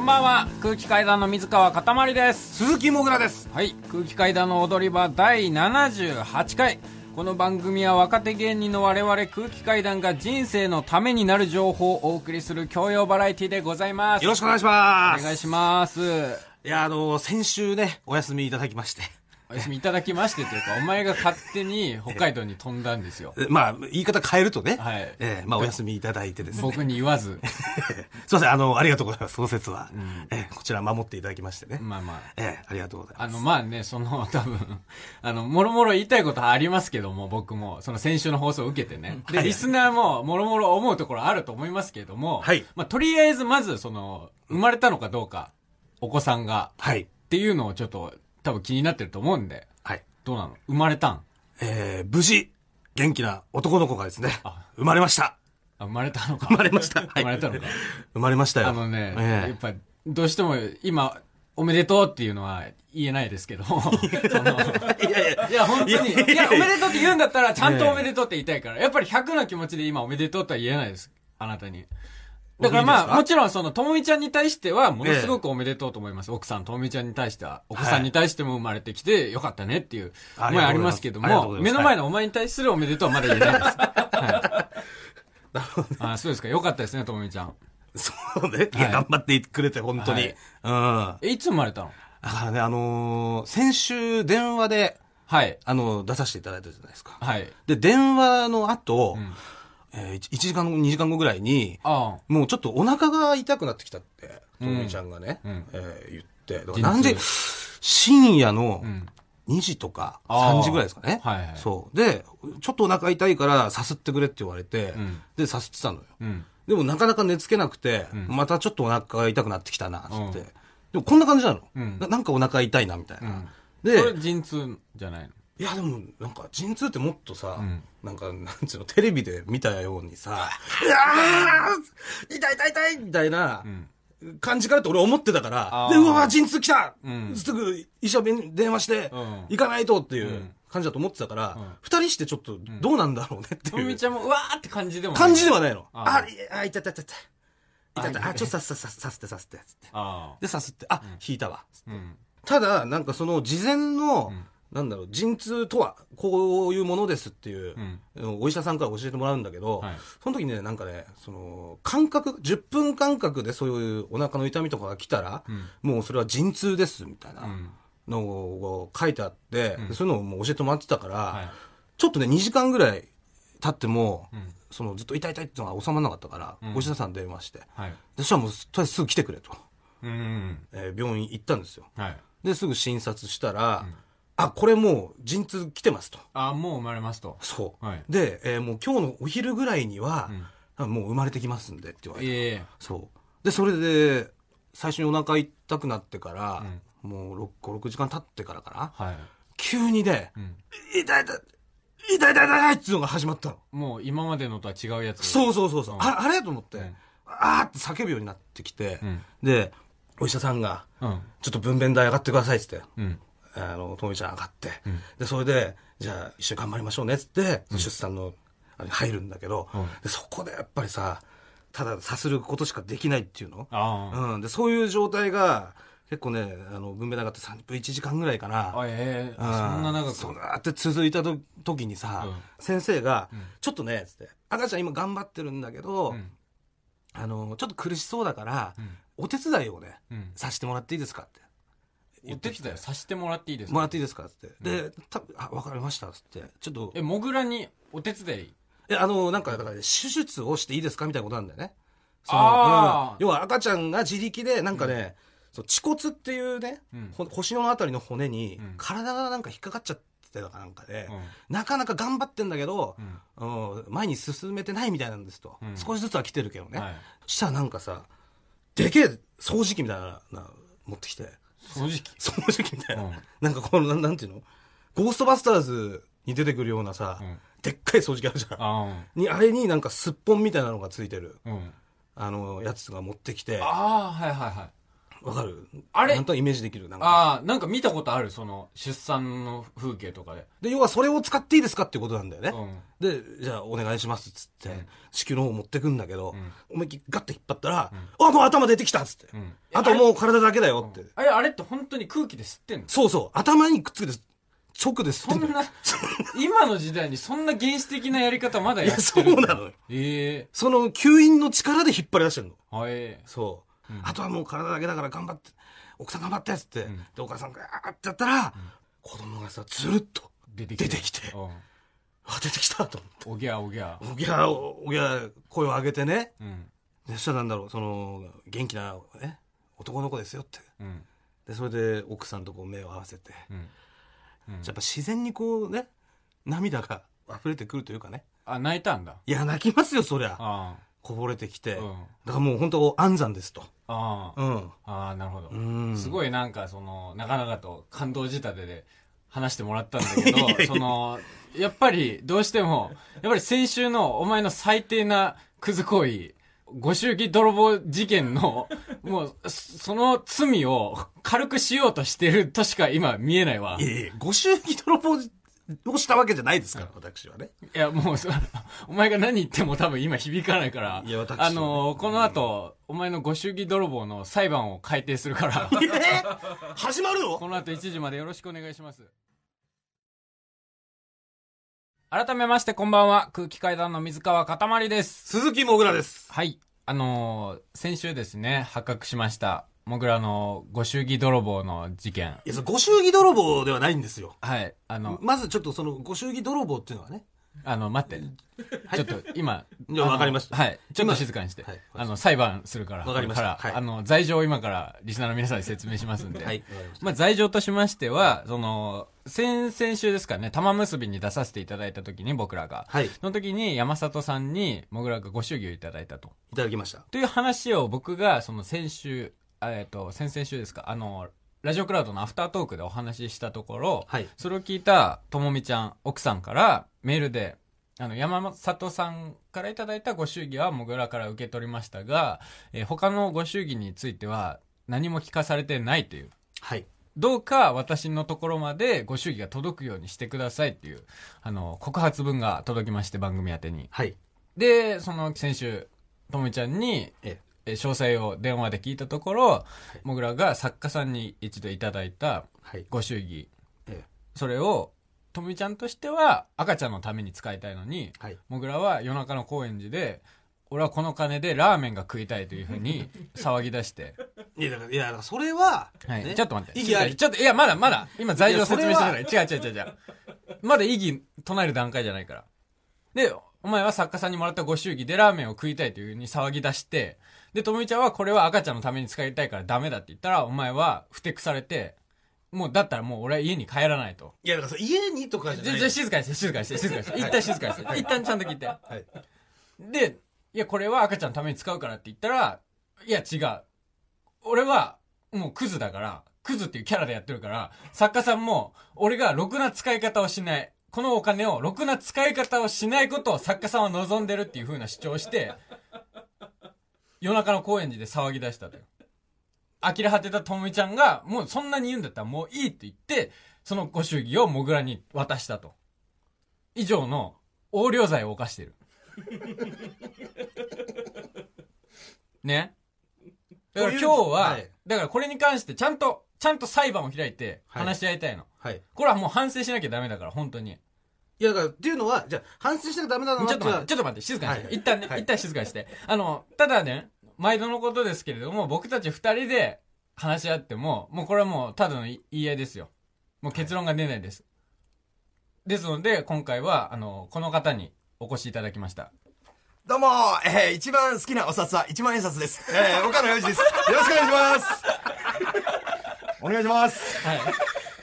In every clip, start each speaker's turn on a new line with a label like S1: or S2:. S1: んばんは空気階段の水川かたまりです
S2: 鈴木もぐらです
S1: はい空気階段の踊り場第78回この番組は若手芸人の我々空気階段が人生のためになる情報をお送りする教養バラエティでございます
S2: よろしくお願いし
S1: お
S2: ます
S1: 願いします
S2: いやあの先週ねお休みいただきまして
S1: お休みいただきましてというかお前が勝手に北海道に飛んだんですよ
S2: えまあ言い方変えるとね、
S1: はい
S2: えーまあお休みいただいてですね
S1: 僕に言わず
S2: すいませんあのありがとうございますその説は、えーこちら守っていただきましてね、
S1: まあまあ
S2: えーありがとうござい
S1: あ
S2: ま
S1: の、
S2: す
S1: まあね、その、 多分、あの、もろもろ言いたいことはありますけども、僕も、その先週の放送を受けてね。で、
S2: はい
S1: リスナーも、もろもろ思うところあると思いますけども、
S2: はい
S1: まあ、とりあえず、まず、その、生まれたのかどうか、お子さんが、
S2: はい
S1: っていうのをちょっと、多分気になってると思うんで、
S2: はい
S1: どうなの生まれたん
S2: えー無事元気な男の子がですね
S1: あ
S2: 生まれました
S1: あ、生まれたのか。
S2: 生まれました、 はい
S1: 生まれたのか。
S2: 生まれましたよ
S1: あのね、やっ
S2: え
S1: ぱ、どうしても、今、おめでとうっていうのは言えないです けど、その、
S2: えいやいや
S1: いや、本当に。
S2: いやいや
S1: いや、おめでとうって言うんだったら、ちゃんとおめでとうって言いたいから。やっぱり100の気持ちで今おめでとうとは言えないです。あなたに。だから
S2: 僕にで
S1: ま
S2: すか
S1: あ、もちろんその、ともみちゃんに対しては、ものすごくおめでとうと思います。奥さん、ともみちゃんに対しては、お子さんに対しても生まれてきて、よかったねっていう
S2: あり
S1: 思い
S2: が
S1: あり
S2: とうございます
S1: ますけど
S2: ありがとう
S1: も
S2: ご、ざいます
S1: 目の前のお前に対するおめでとうはまだ言えないです。はい あそうですか。よかったですね、ともみちゃん。
S2: そうね、いや
S1: はい
S2: 頑張ってくれて本当に、うん
S1: え、いつ生まれたの
S2: だからね、あのー先週電話で、
S1: はい。
S2: あの出させていただいたじゃないですか。
S1: はい。
S2: で、電話の後、
S1: ん
S2: えー、1時間後、2時間後ぐらいに、
S1: あ
S2: もうちょっとお腹が痛くなってきたって、ともみちゃんがね、
S1: うん
S2: えー言って、だか
S1: 陣痛
S2: ら何時、深夜の
S1: あ。うん。
S2: 2時とか
S1: あー
S2: 3時ぐらいですかね。
S1: はいはい
S2: そう。で、ちょっとお腹痛いからさすってくれって言われて、
S1: ん
S2: で、さすってたのよ。
S1: うん。
S2: でもなかなか寝つけなくて、
S1: ん
S2: またちょっとお腹が痛くなってきたな、って。
S1: うん
S2: でもこんな感じなの、
S1: うん
S2: な。なんかお腹痛いな、みたいな。
S1: それ
S2: で、
S1: 陣痛じゃないの
S2: いやでも、なんか、陣痛ってもっとさ、
S1: ん
S2: なんか、なんちゅうの、テレビで見たようにさ、う わー痛い痛い痛いみたいな
S1: うん。
S2: 感じかなって俺思ってたから
S1: あ、ー
S2: で、うわー陣痛来た、
S1: うん
S2: すぐ医者に電話して、
S1: うん
S2: 行かないとっていううん感じだと思ってたから
S1: ん、
S2: 二、人してちょっと、どうなんだろうねって
S1: とも
S2: い
S1: み
S2: う
S1: ちゃんも、うわーって感じでもない
S2: 感じではないの。
S1: あー
S2: あ、いやあ痛い痛い痛い痛い。痛い痛い。あ、ちょっとさすさすさすってさすって。つって
S1: あ
S2: で、さすって、あ、引いたわ。
S1: あ。うん。
S2: ただ、なんかその事前の、なんだろう、陣痛とは、こういうものですっていう、お医者さんから教えてもらうんだけど、
S1: はい
S2: その時ね、なんかね、その、間隔、10分間隔でそういうお腹の痛みとかが来たら、もうそれは陣痛です、みたいなのを書いてあって、でそういうのをもう教えてもらってたから、
S1: い
S2: ちょっとね、2時間ぐらい経っても、そのずっと痛い痛いっていうのが収まらなかったから、お医者さんに電話して、
S1: はい。
S2: そしたらもう、とりあえずすぐ来てくれと、
S1: うん。
S2: えー病院行ったんですよ。
S1: はい。
S2: で、すぐ診察したら、あ、これもう陣痛来てますと。
S1: ああ、もう生まれますと。
S2: そう。
S1: はい
S2: で、えーもう今日のお昼ぐらいには、あもう生まれてきますんでって言われて。
S1: ええ。
S2: そう。で、それで、最初にお腹痛くなってから、もう6、5、6時間経ってからかな。
S1: はい。
S2: 急にね、
S1: ん
S2: 痛い痛い痛い痛い痛い痛いっていうのが始まったの。
S1: もう今までのとは違うやつ。
S2: そうそうそうそう、
S1: うん
S2: ああれと思って、
S1: ん
S2: あーって叫ぶようになってきて、
S1: ん
S2: で、お医者さんが、
S1: うん。
S2: ちょっと分娩台上がってくださいって言って、
S1: うん。
S2: あの、ともみちゃん上がって、で、それで、じゃあ一緒に頑張りましょうねっつって、出産の、あれ入るんだけど、
S1: うん
S2: で、そこでやっぱりさ、たださすることしかできないっていうの
S1: あ
S2: うん。で、そういう状態が、結構ね、あの、文明なかった30分1時間ぐらいか
S1: あ。
S2: な。
S1: あ、ええ。そ
S2: うん
S1: な長
S2: そう
S1: く。
S2: だって続いたと時にさ、
S1: うん
S2: 先生が、ちょっとね、つって、赤ちゃん今頑張ってるんだけど、
S1: うん
S2: あの、ちょっと苦しそうだから、
S1: ん
S2: お手伝いをね、
S1: うん。
S2: させてもらっていいですかって。
S1: お手伝いさせてもらっていいです
S2: も
S1: から
S2: っていいですかっつって。で、たあ、わかりましたっつって。ちょっと、
S1: え、もぐらにお手伝い
S2: え、あの、なんか、だから、手術をしていいですかみたいなことなんだよね。そ
S1: あー
S2: の、うん要は赤ちゃんが自力で、なんかね、そう恥骨っていうね、
S1: うん
S2: ほ腰のあたりの骨に
S1: うん、
S2: 体がなんか引っかかっちゃってたかなんかで、
S1: うん
S2: なかなか頑張ってんだけど、
S1: ん
S2: うん前に進めてないみたいなんですと。
S1: うん
S2: 少しずつは来てるけどね。
S1: はい
S2: したらなんかさ、でけえ掃除機みたいなの持ってきて、
S1: 掃除機。
S2: 掃除機みたいな。
S1: うん
S2: なんかこの、なんなんていうのゴーストバスターズに出てくるようなさ、
S1: うん
S2: でっかい掃除機あるじゃん。
S1: あ
S2: に、あれになんかすっぽんみたいなのがついてる、
S1: あ。うん。
S2: あの、やつが持ってきて、
S1: ああ、はいはいはい。
S2: わかる
S1: あれ
S2: なんとなくイメージできる。なんか。
S1: ああ、なんか見たことある、その、出産の風景とかで。
S2: で、要はそれを使っていいですかっていうことなんだよね。
S1: うん。
S2: で、じゃあお願いしますっつって、
S1: うん
S2: 子宮の方持ってくんだけど、
S1: ん
S2: 思いっきりガッて引っ張ったら、あ、もう頭出てきたっつって、
S1: うん
S2: あともう体だけだよって。
S1: あれ、あれって本当に空気で吸ってんの
S2: そうそう、頭にくっつけて、直で吸っ
S1: そ
S2: てんだ
S1: ん
S2: よ
S1: な、今の時代にそんな原始的なやり方まだ
S2: い
S1: やっ
S2: や、そ
S1: て
S2: う
S1: る。
S2: なのよ。
S1: ええ
S2: その吸引の力で引っ張り出してるの。
S1: はい。
S2: そう、
S1: うん
S2: あとはもう体だけだから頑張って、奥さん頑張ってっつって、
S1: ん
S2: で、お母さんがーってやったら、子供がさ、ずるっと、
S1: 出て
S2: 出てきて
S1: う
S2: あ、出てきたと思って。
S1: んおぎゃおぎゃ。
S2: おぎゃ、おぎゃ、声を上げてね。
S1: うん。
S2: でそしたらなんだろう、その、元気な、ね、男の子ですよって。
S1: うん。
S2: で、それで奥さんとこう目を合わせて、
S1: うん。うん
S2: やっぱ自然にこうね、涙が溢れてくるというかね。
S1: あ、泣いたんだ。
S2: いや、泣きますよ、そりゃ。
S1: あ
S2: こぼれてき
S1: あ。う
S2: て。
S1: ん。
S2: だからもう本当安産ですと。
S1: ああ。
S2: うん。
S1: ああ、なるほど。
S2: うん
S1: すごいなんか、その、なかなかと感動仕立てで話してもらったんだけど、その、やっぱりどうしても、やっぱり先週のお前の最低なクズ行為、ご祝儀泥棒事件の、もう、そその罪を軽くしようとしてるとしか今見えないわ。
S2: いえいえ、ご祝儀泥棒をしたわけじゃないですから、私はね。
S1: いや、もうそ、お前が何言っても多分今響かないから。
S2: いや私
S1: あのこの後、お前のご祝儀泥棒の裁判を改定するから、
S2: え始まるの
S1: この後1時までよろしくお願いします。改めましてこんばんは、空気階段の水川かたまりです。
S2: 鈴木もぐらです。
S1: はい。あのー先週ですね、発覚しました。もぐらのご祝儀泥棒の事件。
S2: いや、そのご祝儀泥棒ではないんですよ。
S1: はい。あの、
S2: まずちょっとその、ご祝儀泥棒っていうのはね。
S1: あの、待って。ちょっと、今。
S2: いや
S1: あの
S2: わかりました
S1: はい。ちょっと静かにして。
S2: はいわかりました
S1: あの、裁判するから。
S2: わかりました
S1: から
S2: はい
S1: あの、罪状を今から、リスナーの皆さんに説明しますんで。
S2: はい。わかりました
S1: まあ、罪状としましては、その、先々週ですかね、玉結びに出させていただいた時に、僕らが。
S2: はい。い
S1: その時に、山里さんに、もぐらがご祝儀をいただいたと。
S2: ただきました。
S1: という話を僕が、その先週、あえっと、先々週ですか、あの、ラジオクラウドのアフタートークでお話ししたところ、
S2: はい。
S1: それを聞いたともみちゃん、奥さんからメールで、あの、山里さんからいただいたご祝儀はもぐらから受け取りましたが、えー他のご祝儀については何も聞かされてないという。
S2: はい。
S1: どうか私のところまでご祝儀が届くようにしてくださいっていう、あの、告発文が届きまして番組宛てに。
S2: はい。
S1: で、その先週、ともみちゃんに、え
S2: え
S1: ー詳細を電話で聞いたところ、もぐらが作家さんに一度いただいた
S2: はい。
S1: ご祝儀、
S2: え
S1: それを、とみちゃんとしては赤ちゃんのために使いたいのに、
S2: はい。
S1: もぐらは夜中の高円寺で、俺はこの金でラーメンが食いたいというふうに騒ぎ出して。
S2: いや、だから、いや、だからそれは、
S1: はい。
S2: ね
S1: ちょっと待って。
S2: 意義あり
S1: ちょっと、いや、まだまだ、今罪
S2: い
S1: 状
S2: やそれ
S1: 説明
S2: は
S1: してないから。違う違う違う違う。まだ意義唱える段階じゃないから。で、お前は作家さんにもらったご祝儀でラーメンを食いたいというふうに騒ぎ出して、で、ともみちゃんはこれは赤ちゃんのために使いたいからダメだって言ったら、お前はふてくされて、もうだったらもう俺は家に帰らないと。
S2: いや、だからそれ家にとかじゃ
S1: じゃ
S2: ない。
S1: じゃ静かにして、静かにして、静かにして。一旦静かにして。一旦ちゃんと聞いて。
S2: はい。
S1: で、いや、これは赤ちゃんのために使うからって言ったら、いや、違う。俺は、もうクズだから、クズっていうキャラでやってるから、作家さんも、俺がろくな使い方をしない。このお金をろくな使い方をしないことを作家さんは望んでるっていう風な主張をして、夜中の高円寺で騒ぎ出したという。呆れ果てたともみちゃんが、もうそんなに言うんだったらもういいって言って、そのご祝儀をもぐらに渡したと。以上の横領罪を犯している。 ね。だから今日は、
S2: というはい
S1: だからこれに関してちゃんと、ちゃんと裁判を開いて
S2: はい
S1: 話し合いたいの。
S2: はい。
S1: これはもう反省しなきゃダメだから、本当に。
S2: いや、だから、っていうのは、じゃあ反省しなきゃダメだな
S1: ちょっと待っ
S2: は
S1: て、ちょっと待って、静かにして。
S2: はい
S1: 一旦ね、
S2: はい
S1: 一旦静かにして。あの、ただね、毎度のことですけれども、僕たち二人で話し合っても、もうこれはもうただの言い合いですよ。もう結論が出ないです。ですので、今回は、あの、この方にお越しいただきました。
S3: どうも、えー、一番好きなお札は一万円札です。えー、岡野洋二です。よろしくお願いします。お願いします。
S1: はい。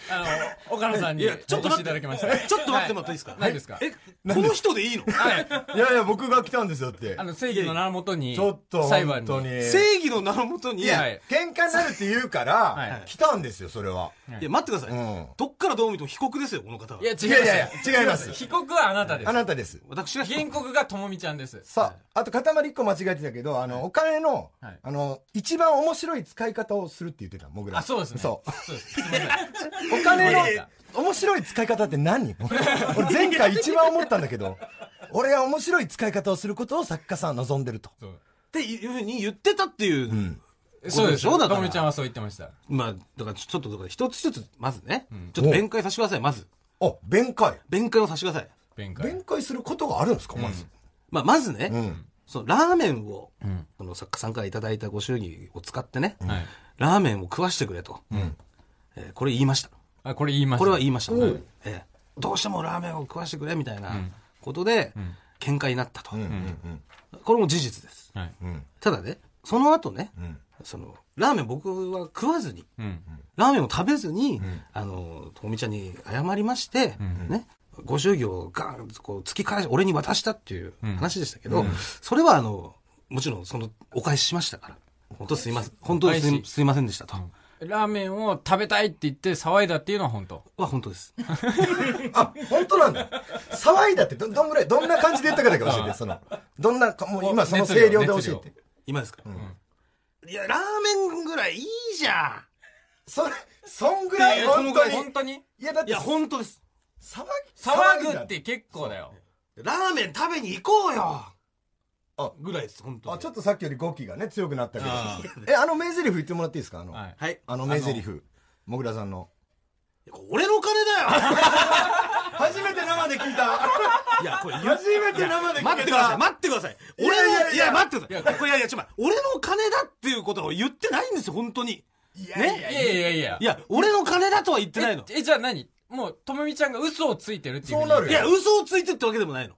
S1: あ岡野さんに
S2: いや、ちょっと
S1: お越しい
S2: 待った
S1: だ
S2: て、
S1: きました。
S2: えちょっと待ってもらっていいですか
S1: はいないですか
S2: え、この人でいいの
S3: いやいや、僕が来たんですよって
S1: あ。の、正義の名のもとに、
S3: ちょっと、
S1: 裁判
S3: 本
S1: に。
S3: 当に。
S2: 正義の名のもとに、
S3: い
S2: いや、
S1: はいい
S3: や、喧嘩になるって言うか
S1: は
S3: ら
S1: い、
S3: 来たんですよ、それは。
S2: や待ってください、
S3: うん
S2: どっからどう見ても被告ですよ、この方は。
S1: いや、違います。
S3: いやいやいや違います
S1: 被告はあなたです
S3: あ。なたです。
S2: 私が被
S1: 原
S2: 告。
S1: 告がともみちゃんです。
S3: さあ、あと、塊一個間違えてたけど、あの、お金の
S1: はい、
S3: あの、一番面白い使い方をするって言ってた、もぐら。
S1: あ、そうですね。
S3: そう。
S1: そうです。すいません。
S3: お金の
S1: いやいや
S3: 面白い使い方って何俺前回一番思ったんだけど、俺は面白い使い方をすることを作家さんは望んでると。
S1: そう
S2: っていうふうに言ってたっていう。
S1: そうですよ。
S2: だから
S1: ともみちゃんはそう言ってました。
S2: まあ、だからちょっと、だから一つ一つ、まずね、ちょっと弁解させてください、まず。
S3: あ、弁解。
S2: 弁解をさせてください。
S1: 弁解。
S3: 弁解することがあるんですか、まず。
S2: まあ、まずね、
S3: うん。
S2: そのラーメンを、この作家さんからいただいたご祝儀を使ってね、
S1: はい。
S2: ラーメンを食わしてくれと、えーこれ言いました。
S1: あ、これ言いました。
S2: これは言い
S1: ま
S2: ました、えーどうしてもラーメンを食わしてくれみたいなことで、喧嘩になったと、これも事実で
S1: す。
S2: す。
S1: はい。
S3: うん。
S2: ただね、その後ね、
S3: ん
S2: その、ラーメン僕は食わずに、
S1: うん。
S2: ラーメンを食べずに、あの、とみちゃんに謝りまして、ね、ご祝儀をガン、こう、突き返し、俺に渡したっていう話でしたけど、それはあの、もちろんその、お返ししましたから。本当すいません。本当にす
S1: お返
S2: い
S1: し
S2: すいませんでしたと。
S1: ラーメンを食べたいって言って騒いだっていうのは本当。
S2: は本当です。
S3: あ、本当なんだ。騒いだってど、どんぐらい、どんな感じで言ったかだけ教えて、その、どんなか、もう今その
S1: 熱量
S3: 声量で教え
S1: 熱量
S3: て。
S2: 今ですから、いや、ラーメンぐらいいいじゃん
S3: それ、そんぐら
S2: い
S3: い、
S2: やその
S3: 本
S2: ぐらい
S3: 当に。
S1: 本当に
S3: いや、だっ
S2: い
S3: て、
S2: や、
S3: 騒
S2: 本当です。
S3: ぎ、
S1: 騒ぐって結構だよ。
S2: ラーメン食べに行こうよ
S3: あ
S2: ぐらいです、本当に。
S3: あ、ちょっとさっきより語気がね、強くなったけど
S2: あ。
S3: え、あの名台詞言ってもらっていいですかあの、
S1: はい。
S2: はい。
S3: あの名台詞。もぐらさんの。
S2: いや俺の金だよ
S3: 初めて生で聞い た。
S2: いや、これ言う
S3: 初めて生で聞いた。
S2: 待ってください、待ってください。
S3: いや
S2: 俺の、い
S3: い
S2: や
S3: やいや
S2: 待ってください。これいやいや、ちょっと待って俺の金だっていうことを言ってないんですよ、本当に。
S3: いやいやいや
S2: ね
S1: いやいやいや
S2: い。や、俺の金だとは言ってないの。
S1: え、えじゃあ何もう、ともみちゃんが嘘をついてるっていうふに。
S3: そうなる
S2: い
S3: よ
S2: や、嘘をついてってわけでもないの。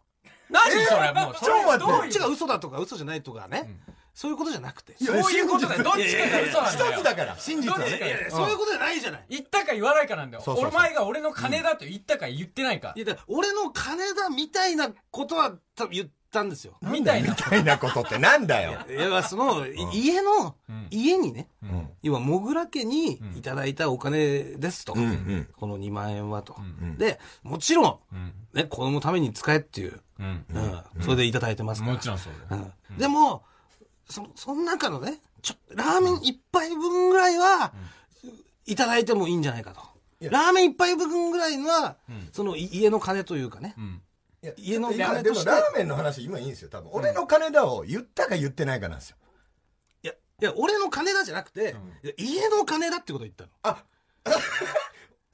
S1: 何それもう、それ
S3: ちょっと待って
S1: ど
S2: ど
S1: うい
S2: っ
S1: う
S2: ちが嘘だとか嘘じゃないとかね。そういうことじゃなくて。い
S1: そういうことだよ。どっち
S2: いやい
S1: か
S2: や
S1: が
S2: い
S1: 嘘
S2: や
S1: なんだよ。
S3: 一つだから。真実は
S1: どっち
S3: ね。
S1: が
S2: やいや、そういうことじゃないじゃない。
S1: 言ったか言わないかなんだよ。
S3: そうそうそう
S1: お前が俺の金だと言ったか言ってないか
S2: い。や、だから俺の金だみたいなことは多分言ったんですよ。
S1: みたいな
S3: み。たいなことってなんだよ。
S2: いや、その、い家の、
S1: ん
S2: 家にね、
S3: うん。
S2: 要は、もぐら家にいただいたお金ですと。
S3: うんうん
S2: この2万円はと。
S3: ん
S2: で、もちろ
S1: うん。
S2: ん、ね、子供のために使えっていう、
S1: うん。
S2: うんそれでいただいてますから。
S1: もちろんそうだ
S2: う
S1: よ。
S2: んでも、そ、その中のね、ちょ、ラーメン一杯分ぐらいは、いただいてもいいんじゃないかと。
S3: いや
S2: ラーメン一杯分ぐらいは、そのい家の金というかね
S1: う。ん。
S3: いや
S2: 家の
S3: いや
S2: 金
S3: で
S2: とし
S3: も
S2: て
S3: ラーメンの話今いいんですよ、多分。俺の金だを言ったか言ってないかなんですよ。
S2: いや、いや、俺の金だじゃなくて、いや家の金だってことを言ったの。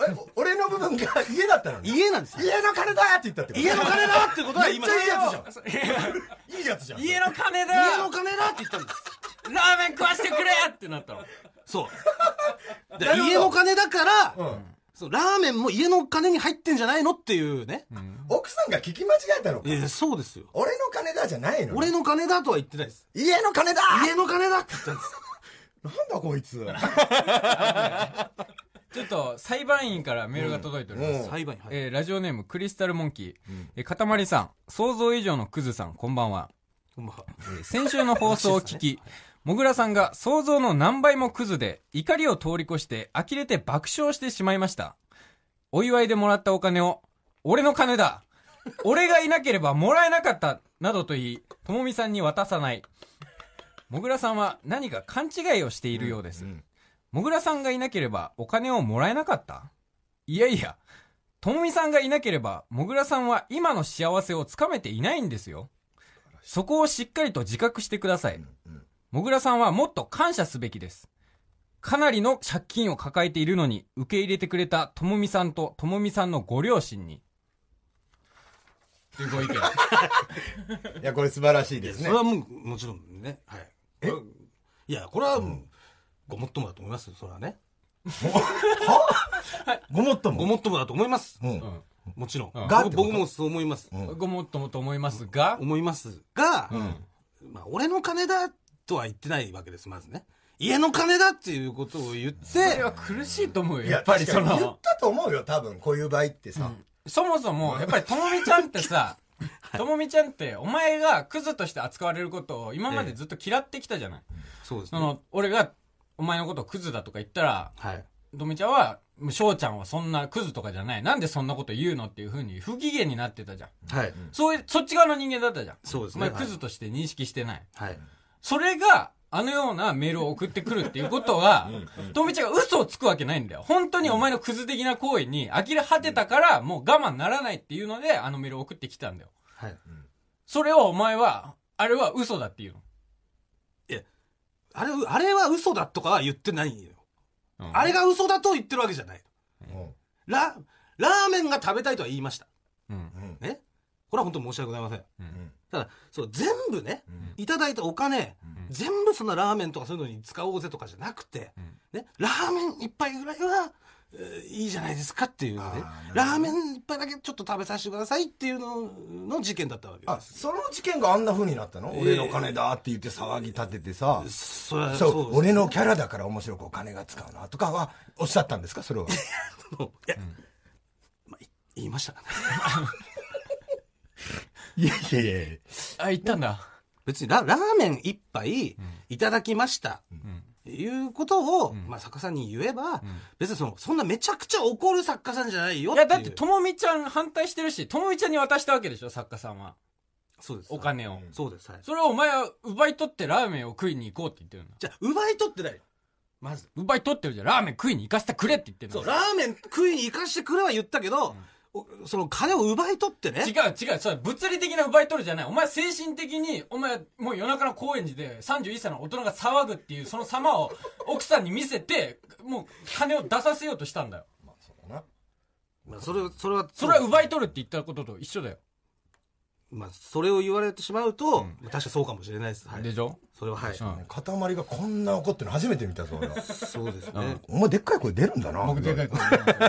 S3: え、お俺の部分が家だったのに。
S2: 家なんですよ。
S3: 家の金だって言ったってこと。
S2: 家の金だってことは今
S3: めっちゃいいやつじゃんいいやつじゃん。
S1: 家の金だ
S2: 家の金だって言ったんです。
S1: ラーメン食わしてくれってなったの。
S2: そう。で
S3: なるほど
S2: 家の金だから、
S3: うん。
S2: そうラーメンも家の金に入ってんじゃないのっていうね。
S3: 奥さんが聞き間違えたのか
S2: い。や、そうですよ。
S3: 俺の金だじゃないの。
S2: 俺の金だとは言ってないです。
S3: 家の金だ
S2: 家の金だって言ったんです。
S3: なんだこいつ。
S1: ちょっと、裁判員からメールが届いております。
S3: うん
S2: 裁判に入る。
S1: えーラジオネーム、クリスタルモンキー。えーかたまりさん、想像以上のクズさん、こんばんは。
S2: ほんま
S1: えー先週の放送を聞き、もぐらさんが想像の何倍もクズで、怒りを通り越して、呆れて爆笑してしまいました。お祝いでもらったお金を、俺の金だ俺がいなければもらえなかったなどと言い、ともみさんに渡さない。もぐらさんは何か勘違いをしているようです。もぐらさんがいなければお金をもらえなかったいやいや、ともみさんがいなければ、もぐらさんは今の幸せをつかめていないんですよ。そこをしっかりと自覚してください。もぐらさんはもっと感謝すべきです。かなりの借金を抱えているのに、受け入れてくれたともみさんとともみさんのご両親に。というご意見。
S3: いや、これ素晴らしいで
S2: そ
S3: すね
S2: れ。はもう、もちろんね。はい。これいや、これはもう、ごもっともだと思いますよ。それはね。
S3: ごもっと
S2: ご
S3: も。
S2: もっともだと思います。
S3: うん。
S1: う
S2: もちろん。
S1: うん
S3: が
S2: 僕僕もそう思います。
S1: ん、ごもっともと思いますが、
S2: 思いますが、まあ、俺の金だとは言ってないわけです、まずね。家の金だっていうことを言って、
S1: それは苦しいと思うよ、やっぱりそ
S3: 確かに言っ
S1: の。
S3: たと思うよ、多分、こういう場合ってさ。
S1: そもそも、やっぱりともみちゃんってさ、ともみちゃんって、お前がクズとして扱われることを今までずっと嫌ってきたじゃない。
S2: そうです
S1: そ
S2: ね。
S1: の、俺が、お前のことをクズだとか言ったら、
S2: はい。
S1: ともみちゃんは、もう翔ちゃんはそんなクズとかじゃない。なんでそんなこと言うのっていうふうに不機嫌になってたじゃん。
S2: はい。
S1: そういう、そっち側の人間だったじゃん。
S2: そうです
S1: お
S2: ね。
S1: 前クズとして認識してない。
S2: はい。
S1: それが、あのようなメールを送ってくるっていうことは、とみちゃんが嘘をつくわけないんだよ。本当にお前のクズ的な行為に呆れ果てたから、もう我慢ならないっていうので、あのメールを送ってきたんだよ。
S2: はい。
S1: それをお前は、あれは嘘だっていうの。
S2: あれ、あれは嘘だとかは言ってないよ。
S1: うん
S2: あれが嘘だと言ってるわけじゃない。
S3: うん
S2: ラ、ラーメンが食べたいとは言いました。
S1: うん。
S3: うん
S2: ね。これは本当申し訳ございません。
S3: うん
S2: ただ、そう、全部ね、
S3: うん
S2: いただいたお金、
S1: ん
S2: 全部そのラーメンとかそういうのに使おうぜとかじゃなくて、ね、ラーメン一杯ぐらいは、えーいいじゃないですかっていうね
S3: あー
S2: ラーメン一杯だけちょっと食べさせてくださいっていうのの事件だったわけ
S3: あ
S2: で、す。
S3: その事件があんな風になったの俺の金だって言って騒ぎ立ててさ。
S2: それは
S3: そ
S2: そう
S3: う、俺のキャラだから面白くお金が使うなとかはおっしゃったんですかそれは。
S2: いや、まあ、い言いましたかね。
S3: いやいやいや
S1: あ、言ったんだ。
S2: 別にララーメン一杯いただきました。いうことを、まあ、作家さんに言えば、別にその、そんなめちゃくちゃ怒る作家さんじゃない
S1: い
S2: よっていう。
S1: や、だって、ともみちゃん反対してるし、ともみちゃんに渡したわけでしょ、作家さんは。
S2: そうです。
S1: お金を。
S2: そうです。はい。
S1: それをお前は奪い取ってラーメンを食いに行こうって言ってるんだ。
S2: じゃあ、奪い取ってない。まず。
S1: 奪い取ってるじゃん。ラーメン食いに行かせてくれって言ってるんだ
S2: そう、ラーメン食いに行かしてくれは言ったけど、おその金を奪い取ってね。
S1: 違う違う、それ物理的な奪い取るじゃない。お前精神的に、お前もう夜中の高円寺で31歳の大人が騒ぐっていうその様を奥さんに見せて、もう金を出させようとしたんだよ。
S3: まあそうだな。
S2: まあ、それ、それは、
S1: それは奪い取るって言ったことと一緒だよ。
S2: まあ、それを言われてしまうと、まあ確かそうかもしれないです。はい。
S1: でしょ
S2: それは、はい。
S1: うん
S3: 塊がこんな怒ってるの初めて見たぞ、俺は。
S2: そうです
S1: うん
S2: ね。
S3: お前でっかい声出るんだな。
S1: 声。これ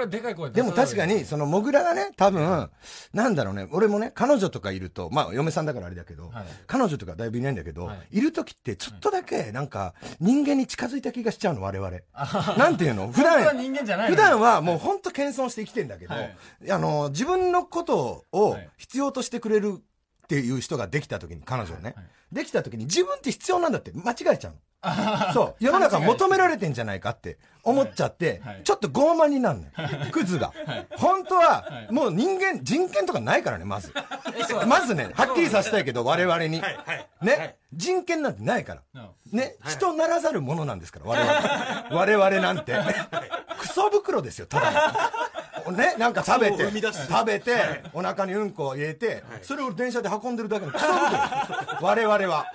S1: はでかい声
S3: でも確かに、、その、モグラがね、多分、なんだろうね、俺もね、彼女とかいると、まあ、嫁さんだからあれだけど、
S1: はい
S3: 彼女とかだいぶいないんだけど、、
S1: はい
S3: る時って、ちょっとだけ、なんか、人間に近づいた気がしちゃうの、我々。なんていうの
S1: 本
S3: 普
S1: 当は
S3: 段、
S1: 人間じゃないの
S3: 普段はもうほんと謙遜して生きてんだけど、
S1: はい
S3: あの、自分のことを
S1: はい
S3: 必要としてくれるっていう人ができた時に、彼女をね、
S1: はい
S3: できた時に自分って必要なんだって間違えちゃうの。そう。世の中求められてんじゃないかって思っちゃって、
S1: はいはい、
S3: ちょっと傲慢になるのよ。クズが。本当はいもう人間、人権とかないからね、まず。
S1: そう
S3: まずね、はっきりさせたいけど、我々に。
S2: はい。
S3: ね。人権なんてないから。ね、
S2: はい
S3: 人ならざるものなんですから、 我々。我々なんて。クソ袋ですよ、ただの。ね、なんか食べ
S2: クソを
S3: て
S2: 生み出す、
S3: 食べて、お腹にうんこを入れて、それを電車で運んでるだけのク ソ袋。我々は。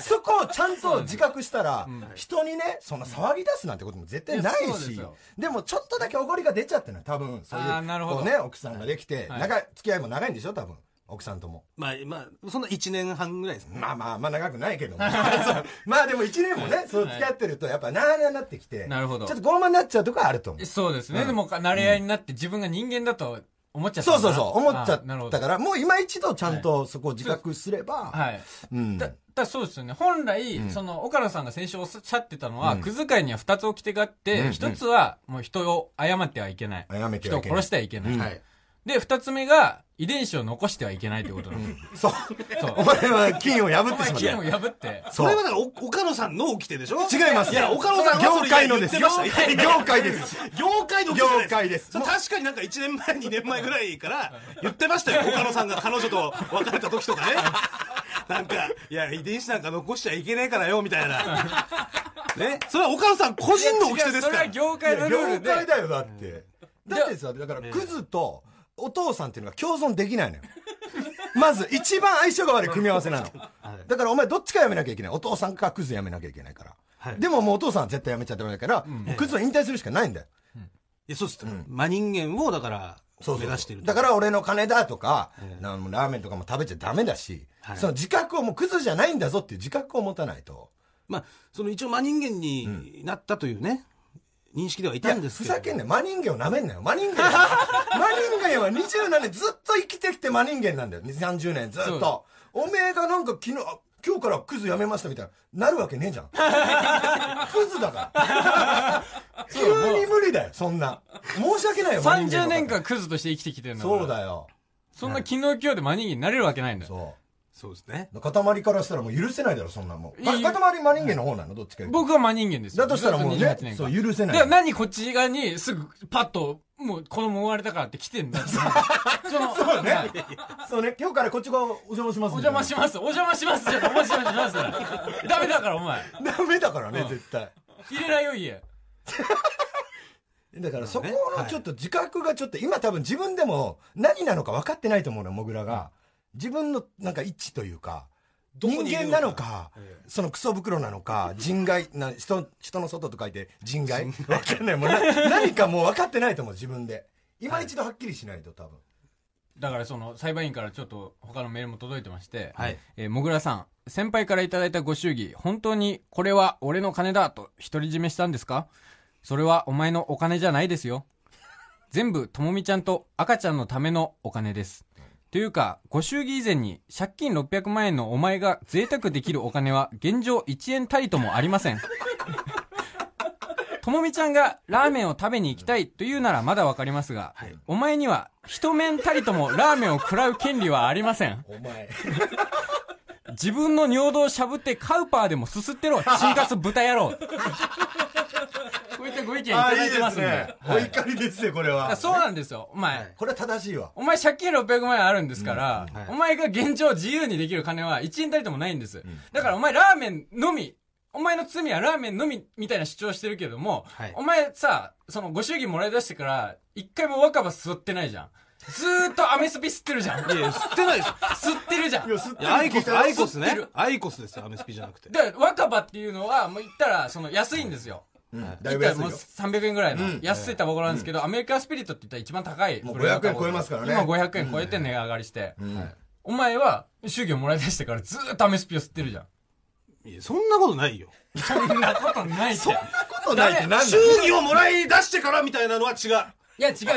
S3: そこをちゃんと自覚したら、人にね、そんな騒ぎ出すなんてことも絶対ない
S1: やそうです
S3: し
S1: よ、
S3: でもちょっとだけおごりが出ちゃってるのよ多分、そうい
S1: あーなる
S3: う、
S1: ほど
S3: こうね、奥さんができて、
S1: はい
S3: 長い、付き合いも長いんでしょ、多分、奥さんとも。
S2: まあ、まあ、そんな1年半ぐらいですね。
S3: まあまあ、まあ長くないけども。 そうまあでも一年もね、そう付き合ってると、やっぱなーなーなってきて。
S1: なるほど
S3: ちょっと傲慢になっちゃうとこはあると思う。
S1: そうですね。でも、慣れ合いになって自分が人間だと思っちゃった
S3: そ
S1: の
S3: う
S1: か
S3: そう
S1: な。
S3: そう、思っちゃ
S1: あなる
S3: っ
S1: ほ
S3: た
S1: ど。
S3: から、もう今一度ちゃんとそこを自覚すれば、
S1: はい。
S3: うん。
S1: だだそうですよね。本来、その、岡野さんが先週おっしゃってたのは、クズ界には二つ掟があって、一、つは、もう人を謝ってはいけない。
S3: やめて
S1: 人
S3: は
S1: を
S3: いけな
S1: 殺
S3: い
S1: してはいけない。
S2: はい。
S1: で、二つ目が、遺伝子を残してはいけないってことなん です。
S3: そう。
S1: そう。
S3: お前は金を破
S1: お
S3: って
S1: 前、
S3: し
S1: 金
S3: ま
S1: を
S3: っ
S1: 破って。
S3: た。
S2: そ
S3: そう
S2: れは。だからお、岡野さんの起きてでしょ
S3: 違います。
S2: いや、岡野さんはそ
S3: 業
S2: れ
S3: 界のです。
S2: 言ってましたいやいや
S3: 業界です。
S2: 業界の起きてない
S3: 業界です
S2: それ確かになんか1年前、2年前ぐらいから言ってました よ。岡野さんが彼女と別れた時とかね。なんか、いや、遺伝子なんか残しちゃいけないからよ、みたいな。ね。それは岡野さん個人の起きて
S1: 違
S2: で
S1: う
S2: す
S1: それ
S2: か
S1: は
S2: ら。
S1: 業界のルール
S3: 業
S1: で。
S3: 界だよ、だって。だってさ、だから、クズとお父さんっていうのが共存できないのよ。 まず、一番相性が悪い組み合わせなの。だから、お前どっちかやめなきゃいけない。お父さんかクズやめなきゃいけないから。
S2: はい
S3: でももうお父さんは絶対やめちゃダメだから、クズは引退するしかないんだよ。
S2: いや、そうっす。真人間を、だから、
S3: そう
S2: 目
S3: そう
S2: 指してる。
S3: だから俺の金だとか、なんもラーメンとかも食べちゃダメだし、
S2: はい
S3: その自覚をもうクズじゃないんだぞっていう自覚を持たないと。
S2: まあ、その一応真人間になったというね、認識ではい
S3: い
S2: た
S3: や、
S2: ん
S3: ふ
S2: ですけど。
S3: ざけんなよ。真人間を舐めんなよ。真人間。真人間は27年ずっと生きてきて真人間なんだよ。20 30年ずっ
S1: そう
S3: と。おめえがなんか昨日、あ今日からクズやめましたみたいな、なるわけねえ じゃん。クズだから。急に無理だよ、そんな。申し 訳ないよ、
S1: 30年間クズとして生きてきてるんだから
S3: そうだよ。
S1: そんな昨日今日でマニギになれるわけないんだよ。
S2: そ
S3: そ
S2: うですね。
S3: う。塊からしたらもう許せないだろ、そんなもん。
S1: いや
S3: か
S1: いや
S3: 塊真人間の方なの、どっちかいうと
S1: 僕は真人間ですよ。
S3: だとしたらもう
S1: ずっと28
S3: ね
S1: 年、
S3: そ
S1: 間
S3: う、許
S1: だ
S3: せな
S1: から
S3: い。
S1: 何こっち側にすぐパッと、もう子供生まれたからって来てんだって。その
S3: そうね。そうね、今日からこっち側お邪魔します。
S1: お邪魔します、お邪魔しますじゃん、お邪魔します。ダメだから、お前。
S3: ます。ダメだからね
S1: う、ん
S3: 絶対。
S1: 入れないよ、家。
S3: だからそこ
S2: まあ
S3: の
S2: ね
S3: ちょっと自覚がちょっと、今多分自分でも何なのか分かってないと思うのよ、モグラが。自分のなんか位置というか、
S2: どこ
S3: 人
S2: にいる
S3: 間
S2: の
S3: な
S2: か
S3: のか、そのクソ袋なのか、人外、な人、人の外と書いて人外わかんない。もうな何かもう分かってないと思う、自分で。今一度はっきりしないと多分。
S1: だからその裁判員からちょっと他のメールも届いてまして、
S2: はい
S1: えーもぐらさん、先輩からいただいたご祝儀、本当にこれは俺の金だと独り占めしたんですかそれはお前のお金じゃないですよ。全部ともみちゃんと赤ちゃんのためのお金です。というか、ご祝儀以前に借金600万円のお前が贅沢できるお金は現状1円たりともありません。ともみちゃんがラーメンを食べに行きたいというならまだわかりますが、
S2: はい
S1: お前には一面たりともラーメンを食らう権利はありません。
S3: お前。
S1: 自分の尿道をしゃぶってカウパーでもすすってろ、チーカス豚野郎。こういったご意見い
S3: あ
S1: ただいてますんで。
S3: お怒りですよ、これ
S1: だか
S3: は
S1: ら。そうなんですよ、お前。
S2: はい
S3: これは正しいわ。
S1: お前借金600万円あるんですから、
S2: うんはい
S1: お前が現状自由にできる金は1円たりともないんです。
S3: ん
S1: だからお前ラーメンのみ、お前の罪はラーメンのみみたいな主張してるけども、
S2: はい
S1: お前さ、そのご祝儀もらい出してから、一回も若葉吸ってないじゃん。ずーっとアメスピ吸ってるじゃん。
S2: いや、吸ってないですよ。
S1: 吸ってるじゃん。
S3: いや、 吸って
S2: い
S3: る
S2: や、アイコス、アイコス
S1: 吸って
S2: ね
S1: る。
S2: アイコスですよ、アメスピじゃなくて。
S1: で、若葉っていうのは、もう言ったら、その安いんですよ。
S3: うんだ
S1: 言
S3: い
S1: っ
S3: ぶ
S1: たら
S3: 安い
S1: もう
S3: よ。
S1: 300円ぐらいの、
S3: うん
S1: 安いタバコなんですけど、アメリカンスピリットって言ったら一番高い。
S3: もう500円超えますからね
S1: 今500円超えて値上がりして。
S3: うん
S1: お前は、祝儀をもらい出してからずーっとアメスピを吸ってるじゃん。
S2: いや、そんなことないよ。
S1: そんなことないって。
S3: ことないってなんだよ
S2: 祝儀をもらい出してからみたいなのは違う。違う
S1: いや、違う違う。
S2: 違う。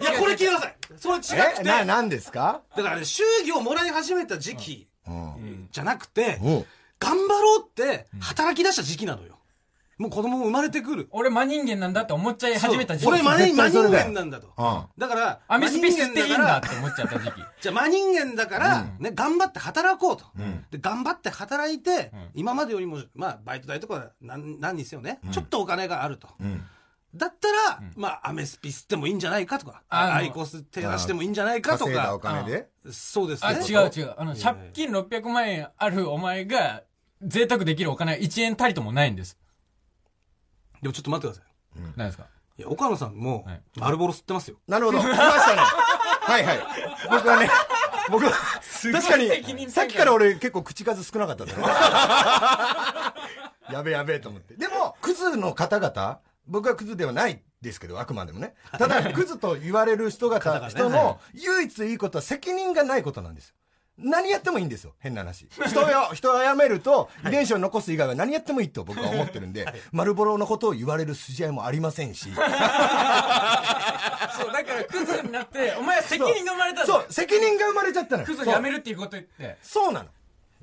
S2: いや、これ聞いてください。それは違く
S3: え
S2: て。
S3: な、
S2: だ
S3: なんですか
S2: からね、祝儀をもらい始めた時期
S3: うん。
S2: じゃなくて、
S3: うん
S2: 頑張ろうって働き出した時期なのよ。もう子供も生まれてくる。
S1: 俺真人間なんだって思っちゃい始めた時期。
S2: そう 俺真
S3: 絶対そ
S2: 人
S3: れだよ
S2: 間なんだと。
S3: うん
S2: だから、
S1: アメスピ吸
S2: 真
S1: っ
S2: 人
S1: てい
S2: 間
S1: いん
S2: か
S1: だ
S2: ら
S1: って思っちゃった時期。
S2: じゃあ真人間だから、ね、頑張って働こうと。
S3: ん
S2: で、頑張って働いて、今までよりも、まあ、バイト代とか何、何にせよね、ちょっとお金があると。
S3: うん。
S2: だったら、まあ、アメスピ吸ってもいいんじゃないかとか、
S1: あの
S2: アイコス手出してもいいんじゃないかと
S3: 稼いだお
S2: か、
S3: 金で
S2: そうです
S1: あ、
S2: ね。
S1: 違う違う。あの、借金600万円あるお前が、贅沢できるお金は1円たりともないんです。
S2: でもちょっと待ってください。
S1: 何ですか
S2: いや、岡野さんも
S1: はい、
S2: 丸ボロ吸ってますよ。
S3: なるほど。来ま したね。はいはい。僕はね、僕は、
S1: ごい
S3: 確か
S1: 責任
S3: に、さっきから俺結構口数少なかったんだ よね。やべえやべえと思って。でも、クズの方々、僕はクズではないですけど、あくまでもね。た だ、クズと言われる人
S2: 々
S3: が、
S2: ね
S3: 人の唯一いいことは責任がないことなんですよ。何やってもいいんですよ。変な話。人を、 人を殺めると、遺伝子を残す以外は何やってもいいと僕は思ってるんで、丸ボロのことを言われる筋合いもありませんし。
S1: そう、だからクズになって、お前は責任が生まれたんだ
S3: そう、責任が生まれちゃったのよ。
S1: クズ
S3: そう
S1: やめるっていうこと言って。
S3: そうなの。い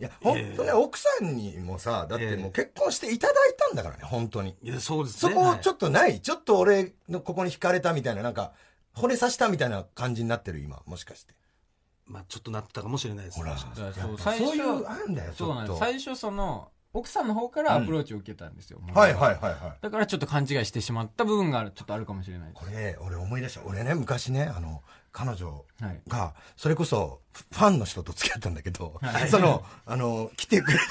S3: や、本当ね、奥さんにもさ、だってもう結婚していただいたんだからね、本当に。
S2: いや、そうです
S3: そ
S2: ね。
S3: こちょ
S2: っ
S3: っとない、ちょっと俺のここに惹かれたみたいな、なんか、惚れさしたみたいな感じになってる、今、もしかして。
S2: と。まあ、ちょっとなったかもしれないです。
S3: ほら。
S1: だから
S3: やっぱ
S1: 最
S3: そう
S1: 初
S3: いう案だよ、ち
S1: そう
S3: ょ
S1: なん
S3: っ
S1: で
S3: と。
S1: す。
S3: はい
S1: 最初その、奥さんの方からアプローチを受けたんですよ。
S3: はいはいはい。
S1: だからちょっと勘違いしてしまった部分がちょっとあるかもしれないです
S3: これ、俺思い出した。俺ね、昔ね、あの、彼女
S1: はい
S3: が、それこそ、フファンの人と付き合ったんだけど
S1: は、い
S3: その、あの、来て くれて、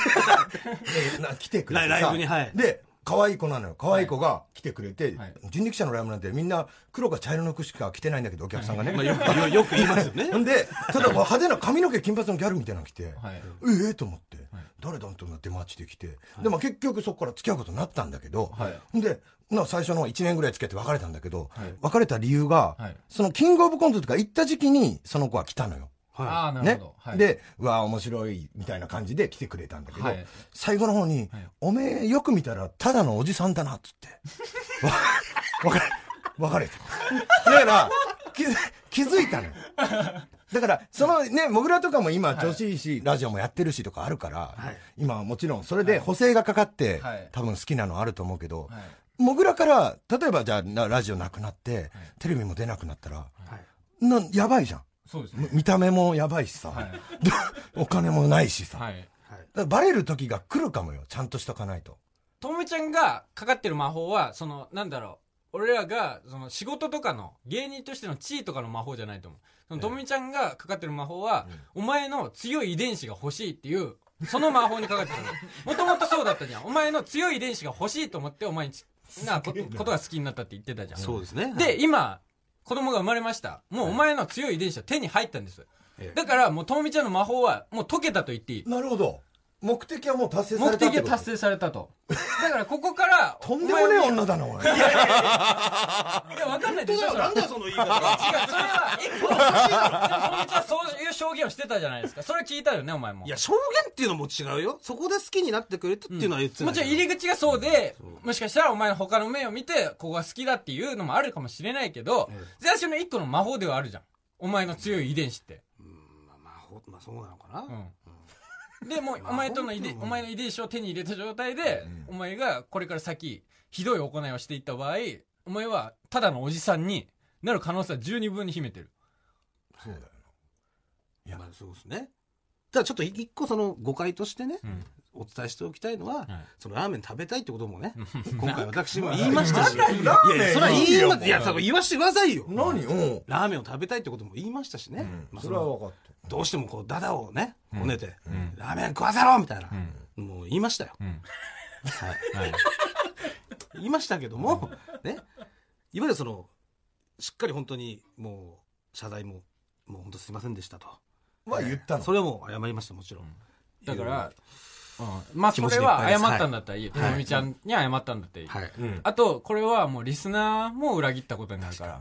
S3: えな来てくれてさ。
S2: ライライブにはい
S3: で、可愛い子なのよ。可愛い子が来てくれて
S1: はい、
S3: 人力車のライブなんてみんな黒か茶色の服しか着てないんだけど、お客さんがね。
S2: まあ、よく、よよく言いますよね
S3: ほ。んで、ただこう派手な髪の毛金髪のギャルみたいなの着て、
S1: はい
S3: ええと思って、誰だんとなって街で来て、で、まあ結局そこから付き合うことになったんだけど、
S1: はい
S3: ほんで、まあ最初の1年ぐらい付き合って別れたんだけど、
S1: はい
S3: 別れた理由が、
S1: はい
S3: そのキングオブコントとか行った時期にその子は来たのよ。
S1: あ
S2: は
S1: あ、なる
S3: ね
S1: ほど。はい、
S3: で、うわあ面白いみたいな感じで来てくれたんだけど、
S1: はい
S3: 最後の方に、
S1: はい
S3: おめえよく見たらただのおじさんだなっつって。 わ別れ、別れた。だから、気づ気づいたのよ。だから、そのね、モグラとかも今、女子いいし、ラジオもやってるしとかあるから、今はもちろん、それで補正がかかって、
S1: はい
S3: 多分好きなのあると思うけど、
S1: はい
S3: モグラから、例えばじゃあな、ラジオなくなって、テレビも出なくなったら、な、やばいじゃん。
S1: そうですね
S3: む見た目もやばいしさ、
S1: はい
S3: お金もないしさ。
S1: はい
S3: だからバレる時が来るかもよ、ちゃんとしとかないと。
S1: ともみちゃんがかかってる魔法はそのなんだろう俺らがその仕事とかの芸人としての地位とかの魔法じゃないと思うそのともみちゃんがかかってる魔法は、お前の強い遺伝子が欲しいっていうその魔法にかかってる もともとそうだったじゃんお前の強い遺伝子が欲しいと思ってお前にちなことことが好きになったって言ってたじゃん
S2: そうですね。
S1: で、今、子供が生まれました。もうお前の強い遺伝子は手に入ったんです。
S2: ええ
S1: だから、もう、ともみちゃんの魔法は、もう解けたと言っていい。
S3: なるほど。目的はもう達成
S1: 目
S3: ってこ
S1: 的
S3: と
S1: は達成されたと。だから、ここから、
S3: とんでもねえ
S1: お前に
S3: 女だな、おい。
S1: いや、わかんないでしょ、それは。違う、
S2: だよ、その言い
S1: そ
S2: 方。
S1: れは、え、こう、ともみちゃんそういう証言をしてたじゃないですか。それ聞いたよね、お前も。
S2: いや、証言っていうのも違うよ。そこで好きになってくれたっていうのは言って
S1: もちろん入り口がそうで、もしかしたらお前の他の面を見て、ここが好きだっていうのもあるかもしれないけど、最初の一個の魔法ではあるじゃん。お前の強い遺伝子って。
S2: まあ、まあほまあ、そうなのかな。
S1: うん、でもうお前との遺伝お前の遺伝子を手に入れた状態で、お前がこれから先ひどい行いをしていった場合お前はただのおじさんになる可能性は十二分に秘めてる
S3: そうだよ。
S2: まあ、そうですね。ただちょっと一個その誤解としてね、
S1: ん
S2: お伝えしておきたいのは、
S1: い
S2: そのラーメン食べたいってこともね、今回私も言いましたし、い
S3: ま
S2: や
S3: だ
S2: い
S3: ラーメン
S2: や、それは言いま
S3: いいよも
S2: す、
S3: う
S2: いや、それは言わしてくださいよ。
S3: 何うん。
S2: ラーメンを食べたいってことも言いましたしね、まあ、それは
S3: 分かっ
S2: どうしてもこう、ダダをね、こねて、ラーメン食わせろみたいな、もう言いましたよ。はい言いましたけども、ね、いわゆるその、しっかり本当に、もう、謝罪も、もう本当すいませんでしたと。
S3: た。は言ったの。
S2: それはもう謝りました、もちろん。
S1: だから、うん、まあ
S2: 気
S1: そ
S2: 持ちで
S1: れ
S2: いっぱい
S1: は
S2: で
S1: 謝
S2: す
S1: ったんだったらいいよと
S2: はい
S1: もみちゃんには謝ったんだったらいい、
S2: はい。
S1: あとこれはもうリスナーも裏切ったことになるから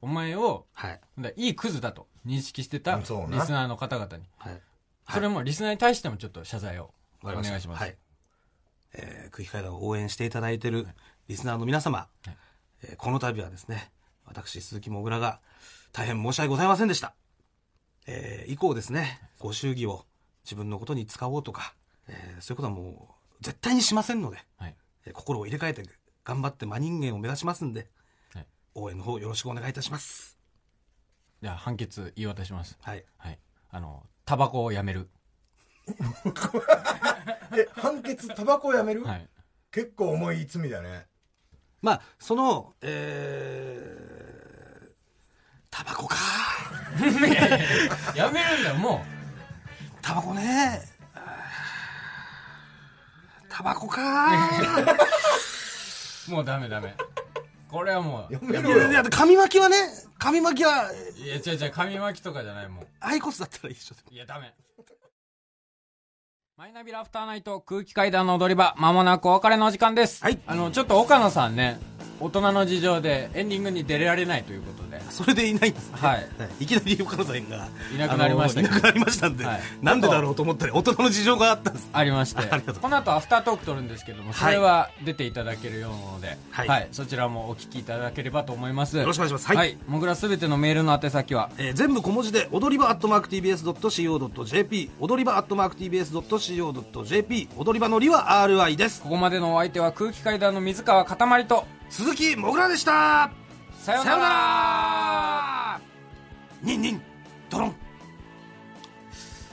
S1: お前を
S2: はい。
S1: だいいクズだと認識してた
S3: う
S1: リ
S3: ん
S1: ス
S3: そうな
S1: ナーの方々に
S2: はい。
S1: それもリスナーに対してもちょっと謝罪をお
S2: わかり
S1: 願い
S2: た
S1: します、
S2: はい。えー、空気階段を応援していただいているリスナーの皆様、えーこの度はですね、私、鈴木もぐらが大変申し訳ございませんでした。えー以降ですね、ご祝儀を自分のことに使おうとか、えーそういうことはもう絶対にしませんので、
S1: はい
S2: えー心を入れ替えて頑張って真人間を目指しますんで、
S1: はい
S2: 応援の方よろしくお願いいたします。
S1: じゃあ判決言い渡します。
S2: はい。
S1: はい。あの、タバコをやめる。
S3: え、判決、タバコやめる
S1: はい。
S3: 結構重い罪だね。
S2: まあ、その、えー、タバコか。
S1: やめるんだよ、も
S2: タバコね。あータバコ か。
S1: う。もうダメダメ。これはもう。
S3: やめ
S2: い
S3: ろ
S2: や、い
S3: よ。
S2: や髪巻きはね、髪巻きは、
S1: いや、違う違う、紙巻きとかじゃないもん。
S2: アイコスだったらいいでしょ。
S1: いや、ダメ。マイナビラフターナイト空気階段の踊り場、まもなくお別れのお時間です。
S2: はい
S1: あの、ちょっと岡野さんね、大人の事情でエンディングに出られないということで。
S2: それでいないんですね。
S1: はい。
S2: い、きなり岡野さんが
S1: いなくなりました
S2: あ
S1: け
S2: の
S1: ど
S2: いなくなりましたんで、
S1: はい
S2: なんでだろうと思ったら大人の事情があったんです
S1: ありまして
S2: ありがとう
S1: この後アフタートーク取るんですけども、それは出ていただけるようなので、は、
S2: はいい
S1: そちらもお聞きいただければと思います。よ
S2: ろしくお願いします
S1: は、
S2: はいい
S1: もぐらすべてのメールの宛先は、
S2: えー全部小文字で踊り場 atmarktbs.co.jp 踊り場 atmarktbs.co.jp 踊り場のりは RI です
S1: ここまでのお相手は空気階段の水川かたまりと、
S2: 鈴木もぐらでした
S1: さよう
S2: さ
S1: な
S2: ような
S1: ら
S2: らニンニンドロン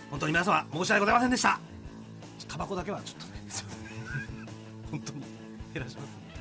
S2: 本当に皆様申し訳ございま せんでしたちょっとタバコだけはちょっとねすいません本当に減らします